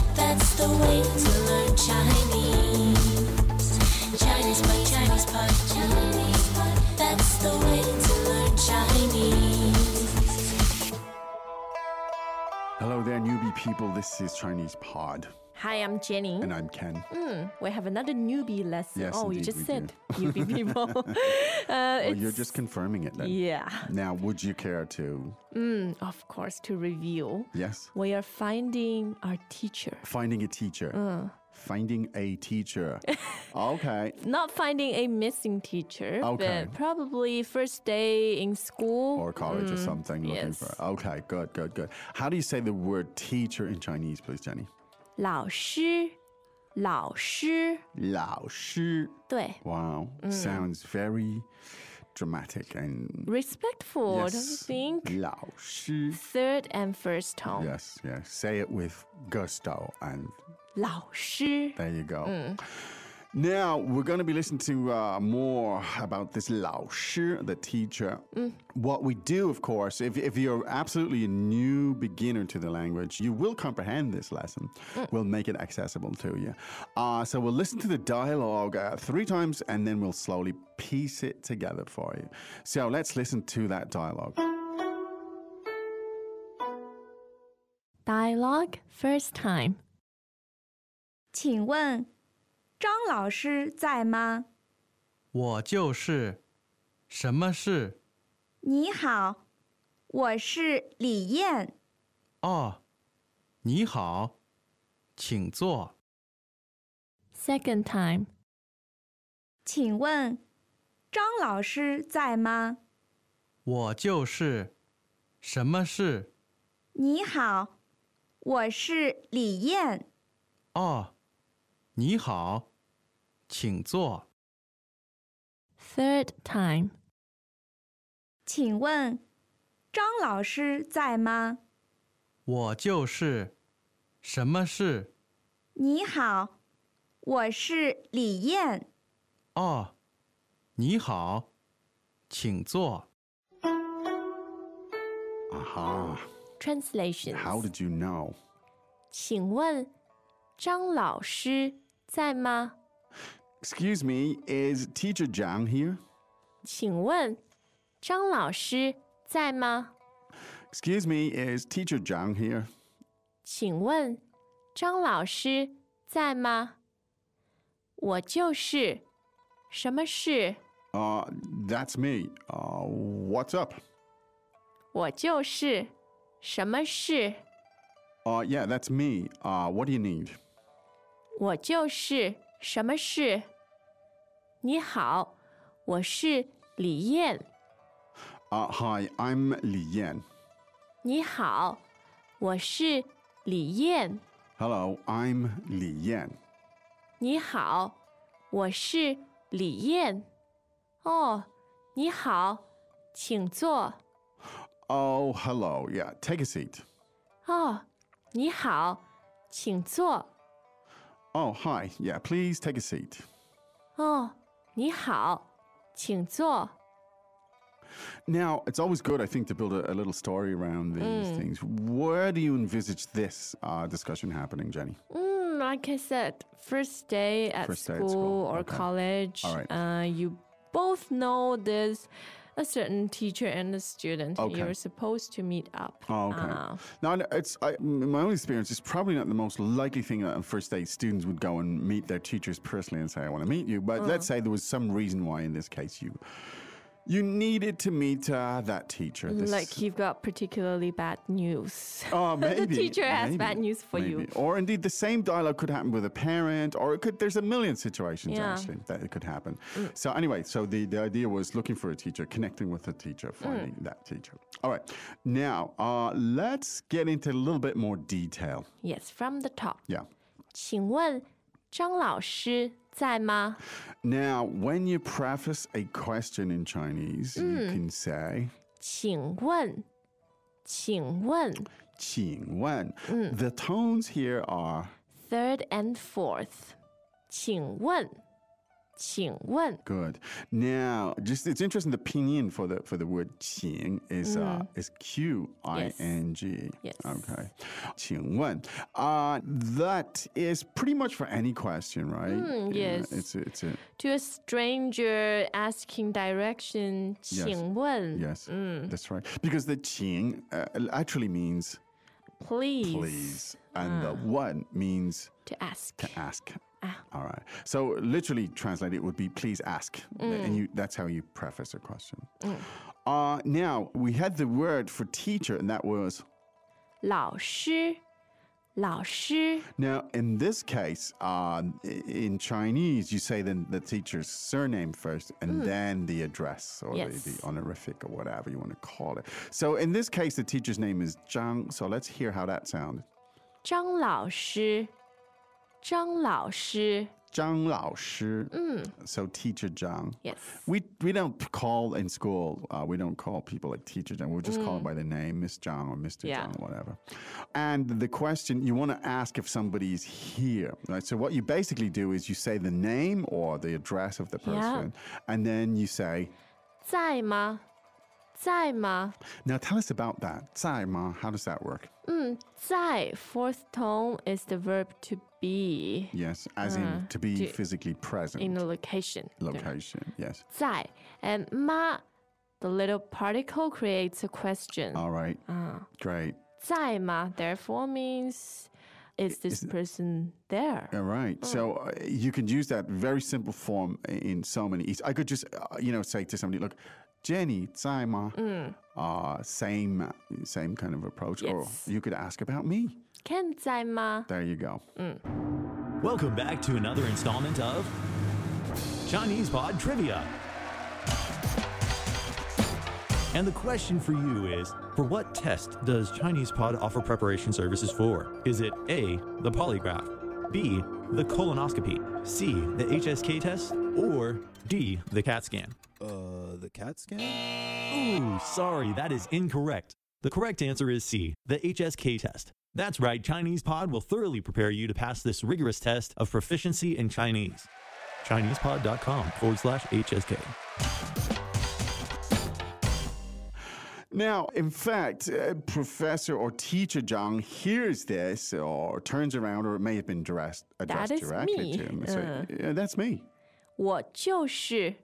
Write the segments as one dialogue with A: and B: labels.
A: a way to learn Chinese. Chinese pot, Chinese pot, Chinese pot. That's the way to learn Chinese.
B: Hello there, newbie people. This is Chinese Pod,
C: Hi, I'm Jenny.
B: and I'm Ken.
C: we have another newbie lesson.
B: Yes,
C: oh, you
B: indeed
C: just
B: we
C: said newbie people. uh,
B: Oh,
C: it's-
B: you're just confirming it then.
C: yeah,
B: Now, would you care to?
C: of course, to review.
B: Yes.
C: We are finding our teacher.
B: Finding a teacher.
C: Uh.
B: Finding a teacher. okay.
C: Not finding a missing teacher,
B: Okay.
C: but probably first day in school.
B: Or college or something. Looking
C: Mm, yes.
B: for. Okay. Good. Good. Good. How do you say the word teacher in Chinese, please, Jenny?
C: 老师,老师,对,
B: 老师. Wow.
C: Mm.
B: Sounds very dramatic and.
C: respectful, don't you
B: Yes.
C: think?
B: 老师.
C: Third and first tone.
B: Yes. Yes. Say it with gusto and
C: 老师.
B: There you go. Now we're going to be listening to uh, more about this Lao Shi, the teacher. What we do, of course, if, if you're absolutely a new beginner to the language, you will comprehend this lesson. We'll make it accessible to you. Uh, so we'll listen to the dialogue uh, three times and then we'll slowly piece it together for you. So let's listen to that dialogue.
C: Dialogue first time.
D: 请问张老师在吗？
E: 我就是，什么事？
D: 你好，我是李燕。
E: 哦，你好，请坐。
C: Second time.
D: 请问张老师在吗？
E: 我就是，什么事？
D: 你好，我是李燕。
E: 哦，你好，请坐。
C: Third time.
D: 请问张老师在吗？
E: 我就是，什么事？
D: 你好，我是李燕。
E: 哦，你好，请坐。
B: Aha.
C: Translation.
B: How did you know?
C: 请问张老师在吗？
B: Excuse me, is teacher Zhang here?
C: 请问张老师在吗？
B: Excuse me, is teacher Zhang here?
C: 请问张老师在吗？我就是什么事？
B: Uh, that's me. Uh, what's up?
C: 我就是什么事？
B: Uh, yeah, that's me. Uh, what do you need?
C: 我就是什么事？你好，我是李燕。
B: Uh, hi, I'm Li Yan.
C: 你好，我是李燕。
B: Hello, I'm Li Yan.
C: 你好，我是李燕。哦，你好，请坐。
B: Oh, hello. Yeah, take a seat.
C: 哦，你好，请坐。
B: Oh, hi. Yeah, please take a seat.
C: 哦，你好，请坐。
B: Now, it's always good, I think, to build a, a little story around these things. Where do you envisage this uh, discussion happening, Jenny?
C: Mm, like I said, first day at,
B: First day
C: school,
B: at school,
C: or
B: okay.
C: college,
B: All right.
C: uh, you both know there's a certain teacher and a student. and
B: Okay.
C: You're supposed to meet up.
B: Oh, okay.
C: Uh,
B: Now, I kn- it's I, in my own experience. It's probably not the most likely thing that on first day students would go and meet their teachers personally and say, "I want to meet you." But let's say there was some reason why, in this case, you you needed to meet uh, that teacher. This,
C: like you've got particularly bad news.
B: Oh, maybe
C: teacher has
B: maybe,
C: bad news for you.
B: maybe. or indeed the same dialogue could happen with a parent, or it could. There's a million situations
C: Yeah. Mm.
B: actually that it could happen. So anyway, so the the idea was looking for a teacher, connecting with a teacher, finding
C: Mm.
B: that teacher. All right, now uh, let's get into a little bit more detail.
C: Yes, from the top.
B: Yeah.
C: 请问张老师在吗？
B: Now, when you preface a question in Chinese,
C: Mm.
B: you can say
C: 请问，请问
B: "请问."
C: Mm.
B: The tones here are
C: third and fourth. 请问，请问
B: Good. Now, just it's interesting. The pinyin for the for the word qing is uh, is q i n g.
C: Mm-hmm. Yes.
B: Okay. 请问. Uh, that is pretty much for any question, right?
C: Mm,
B: Yeah,
C: yes.
B: It's a, it's a,
C: to a stranger asking direction，请问
B: yes.
C: Mm.
B: That's right. Because the qing uh, actually means
C: please, Ah.
B: please, and the one means
C: to ask，
B: to ask. All right. So literally translate it would be please ask. And you that's how you preface a question. Uh, now we had the word for teacher and that was
C: 老师，老师，
B: now in this case, uh, i- in Chinese you say then the teacher's surname first and then the address or
C: Yes.
B: the, the honorific or whatever you want to call it. So in this case the teacher's name is Zhang. So let's hear how that sounds.
C: 张老师，张老师
B: Zhang Lao Shi. So teacher Zhang.
C: ，yes，
B: We we don't p- call in school. Uh, we don't call people like teacher Zhang. We'll just call them by their name, Miss Zhang or Mister
C: Mm. Yeah.
B: Zhang, whatever. And the question you want to ask if somebody's here, right? So what you basically do is you say the name or the address of the
C: Yeah.
B: person, and then you say,
C: 在吗？在吗？
B: "Now tell us about that." Zai Ma, how does that work?
C: 嗯，在 fourth tone is the verb to be
B: Yes, as in to be
C: to-
B: physically present.
C: Uh, in a location. 对吧
B: Location, yes.
C: 在 and ma, the little particle creates a question.
B: All right,
C: Uh.
B: great.
C: 在吗 therefore means is this person there?
B: All right. So uh, you can use that very simple form i- in so many. eas- I could just, uh, you know, say to somebody, look, Jenny, Zaima,
C: Mm.
B: uh, same, same kind of approach.
C: Yes.
B: Or you could ask about me.
C: 看在吗？
B: There you go.
C: Mm.
F: Welcome back to another installment of Chinese Pod Trivia. And the question for you is For what test does Chinese Pod offer preparation services for? Is it A, the polygraph, B, the colonoscopy, C, the HSK test, or D, the CAT scan?
G: Uh, the cat scan?
F: Ooh, sorry, that is incorrect. The correct answer is C, the HSK test. That's right, Chinese Pod will thoroughly prepare you to pass this rigorous test of proficiency in Chinese. ChinesePod.com forward slash HSK.
B: Now, in fact, uh, Professor or Teacher Zhang hears this or turns around, or it may have been addressed, addressed
C: is
B: directly
C: me. Uh.
B: to him. and say, "Yeah, that's me.
C: 我就是，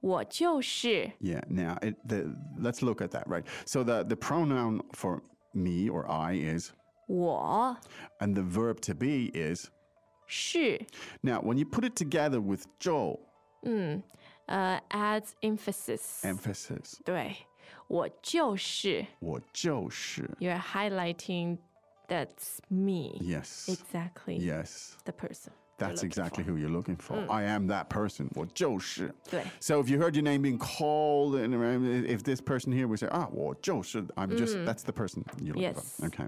C: 我就是。
B: Yeah. Now, it, the, let's look at that, right? So the, the pronoun for me or I is,
C: 我
B: and the verb to be is,
C: 是，
B: Now, when you put it together with Joe,
C: 嗯，呃、a d s emphasis，
B: emphasis,
C: 对，我就是。
B: 我就是.
C: You're highlighting that's me.
B: Yes.
C: Exactly.
B: Yes.
C: The person. you're
B: That's
C: looking
B: exactly
C: for. Mm.
B: who you're looking for. I am that person. 我就是.
C: 对
B: So if you heard your name being called, and around, if this person here would say, ah, 我就是, I'm just, that's the person you're looking
C: Mm. Yes.
B: for. Okay.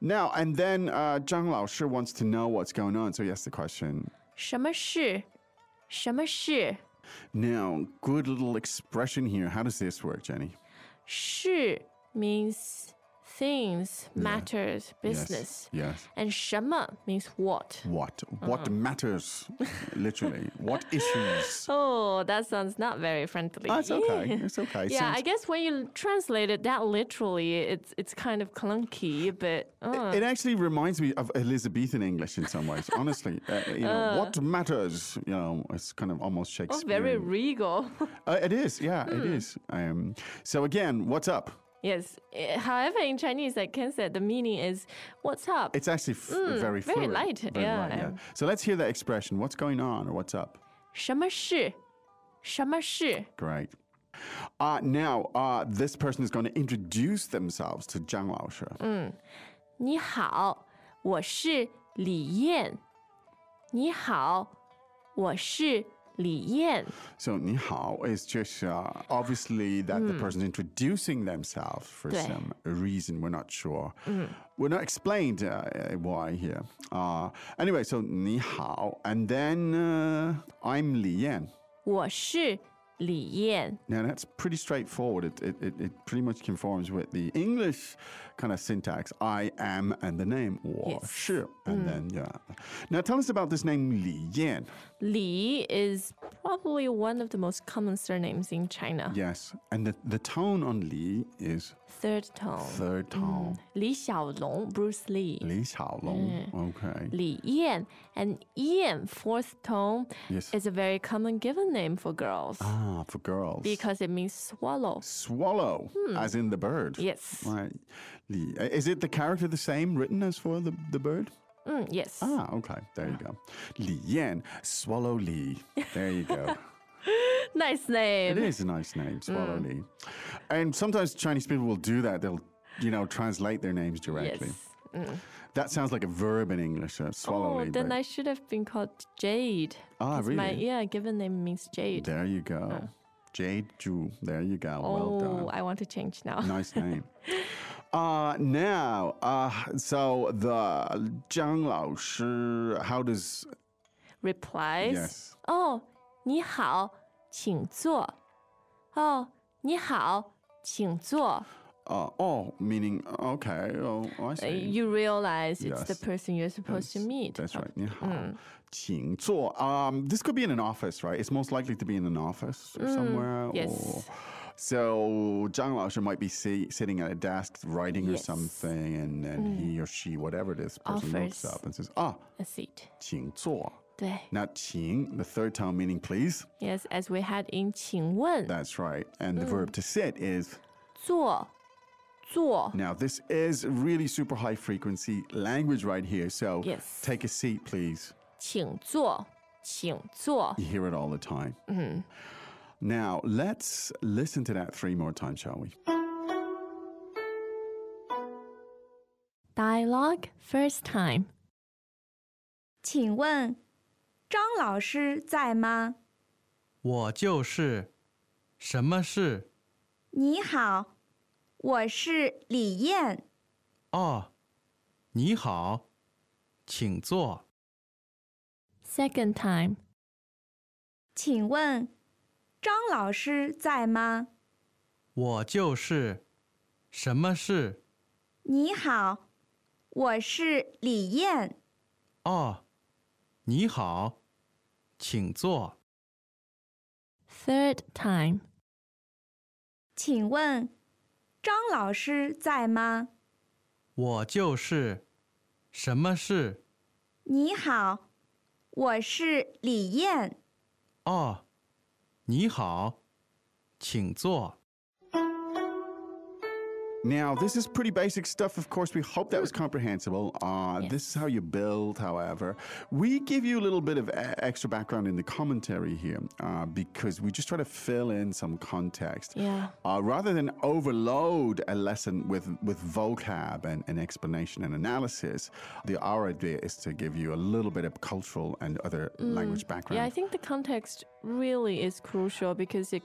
B: Now, and then uh, Zhang Lao Shi wants to know what's going on. So he asks the question.
C: 什么事？什么事？
B: Now, good little expression here. How does this work, Jenny?
C: 事 means things, matters, business.
B: Yes. yes.
C: And 什么 means what.
B: What? What
C: Uh-huh.
B: matters? Literally. what issues?
C: Oh, that sounds not very friendly.
B: That's okay. It's okay.
C: Yeah, I
B: Sounds-
C: guess when you translate it that literally, it's it's kind of clunky, but uh,
B: It actually reminds me of Elizabethan English in some ways. Honestly, uh, you know, what matters? You know, it's kind of almost
C: oh,
B: Shakespeare.
C: very Hmm. regal.
B: uh, it is, yeah, it is. Um, so again, what's up?
C: yes. eh, However, in Chinese, like Ken said, the meaning is "What's up?"
B: It's actually f- very
C: Hmm, very
B: fluid,
C: light, yeah.
B: So let's hear that expression. What's going on, or what's up?
C: 什么事？什么事？
B: Great. Uh, now, uh, this person is going to introduce themselves to Zhang Laoshi.
C: 你好，我是李艳。你好，我是李艳。
B: So, 你好 is just uh, obviously that the person's introducing themselves for
C: Mm. 对。Mm.
B: some reason. We're not sure. We're not explained uh, uh, why here. Uh, anyway, so 你好, and then uh, I'm Li Yan.
C: 我是李艳。
B: Now that's pretty straightforward. It, it, it, it pretty much conforms with the English kind of syntax. I am and the name or
C: Yes. Mm.
B: sure and then yeah. Now tell us about this name Li Yan.
C: Li is probably one of the most common surnames in China.
B: Yes, and the, the tone on Li is
C: Third tone.
B: third tone.
C: Li Xiaolong, Bruce Lee.
B: Li Xiaolong. Okay.
C: Mm. Li Yan and Yan, fourth tone,
B: Yes.
C: is a very common given name for girls
B: Ah, for girls.
C: because it means swallow.
B: swallow, as in the bird.
C: Yes.
B: Right. Li- uh, Is it the character the same written as for the, the bird?
C: Mm, yes.
B: Ah, okay. There you go. Li Yan, Swallow Li. There you go.
C: Nice
B: it
C: name.
B: is a nice name, Swallow
C: Mm.
B: Li. And sometimes Chinese people will do that. They'll, you know, translate their names directly.
C: Yes. Mm.
B: That sounds like a verb in English, uh, Swallow
C: Oh,
B: Li.
C: then
B: but-
C: I should have been called Jade.
B: Ah,
C: 'cause My,
B: really?
C: yeah, given name means Jade.
B: There you go. Jade Ju. There you go.
C: oh,
B: well done.
C: I want to change now.
B: Nice name. uh, now, uh, so the Zhang Lao Shi, how does.
C: Replies.
B: Yes.
C: Oh, 你好，请坐. Oh, 你好，请坐.
B: Uh, oh, meaning, okay, oh, I
C: Uh,
B: see.
C: you realize it's the
B: Yes.
C: person you're supposed to meet. Mm.
B: That's right. Yeah. Um, this could be in an office, right? It's most likely to be in an office or somewhere.
C: Mm, yes.
B: Or, so Zhang Laoshi might be si- sitting at a desk writing or
C: Yes. Mm.
B: something, and then he or she, whatever it is, person looks
C: Offers.
B: up and says, ah,
C: A seat.
B: 请坐.
C: Oh, 对.
B: Now, 请, the third tone meaning please.
C: Yes, as we had in 请问,
B: That's right. And the verb to sit is.
C: 坐,坐.
B: Now, this is really super high frequency language right here. So
C: Yes.
B: take a seat, please.
C: 请坐,请坐.
B: You hear it all the time. Now, let's listen to that three more times, shall we?
C: Dialogue first time.
D: 请问张老师在吗？
E: 我就是，什么是？
D: 你好，我是李艳。
E: 哦，你好，请坐。
C: Second time.
D: 请问张老师在吗？
E: 我就是，什么是？
D: 你好，我是李艳。
E: 哦，你好，请坐。
C: Third time.
D: 请问张老师在吗？
E: 我就是，什么是？
D: 你好，我是李艳。
E: 哦，你好，请坐。
B: Now, this is pretty basic stuff. Of course, we hope
C: Hmm.
B: that was comprehensible. Uh, This is how you build, however. We give you a little bit of e- extra background in the commentary here uh, because we just try to fill in some context.
C: Yeah.
B: Uh, rather than overload a lesson with, with vocab and, and explanation and analysis, the, our idea is to give you a little bit of cultural and other language background.
C: Mm. Yeah, I think the context really is crucial because it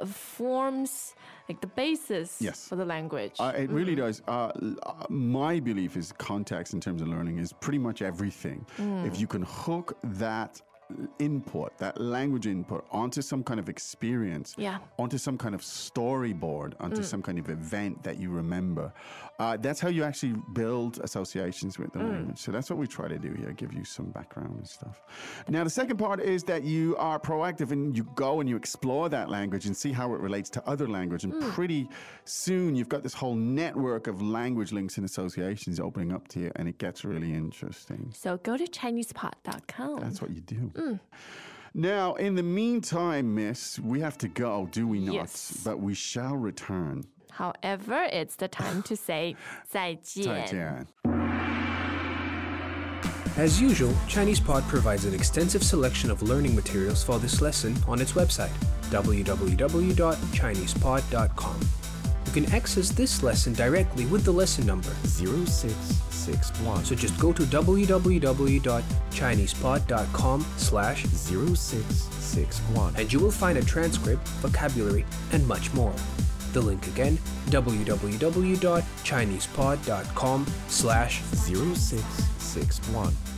C: uh, forms like the basis
B: Yes.
C: for the language.
B: Uh, it really does. Uh, l- uh, my belief is context in terms of learning is pretty much everything. If you can hook that input, that language input, onto some kind of experience,
C: Yeah.
B: onto some kind of storyboard, onto some kind of event that you remember, uh, that's how you actually build associations with the language. So that's what we try to do here, give you some background and stuff. Now, the second part is that you are proactive and you go and you explore that language and see how it relates to other language. And pretty soon, you've got this whole network of language links and associations opening up to you, and it gets really interesting.
C: so go to ChinesePod.com.
B: That's what you do. Now, in the meantime, miss, we have to go, do we not?
C: Yes.
B: But we shall return.
C: However, it's the time to say 再见.
B: Tian.
H: As usual, ChinesePod provides an extensive selection of learning materials for this lesson on its website, www.chinesepod.com. You can access this lesson directly with the lesson number,
G: 0661
H: so just go to www.chinesepod.com slash
G: 0661
H: and you will find a transcript, vocabulary, and much more. The link again, www.chinesepod.com slash
G: 0661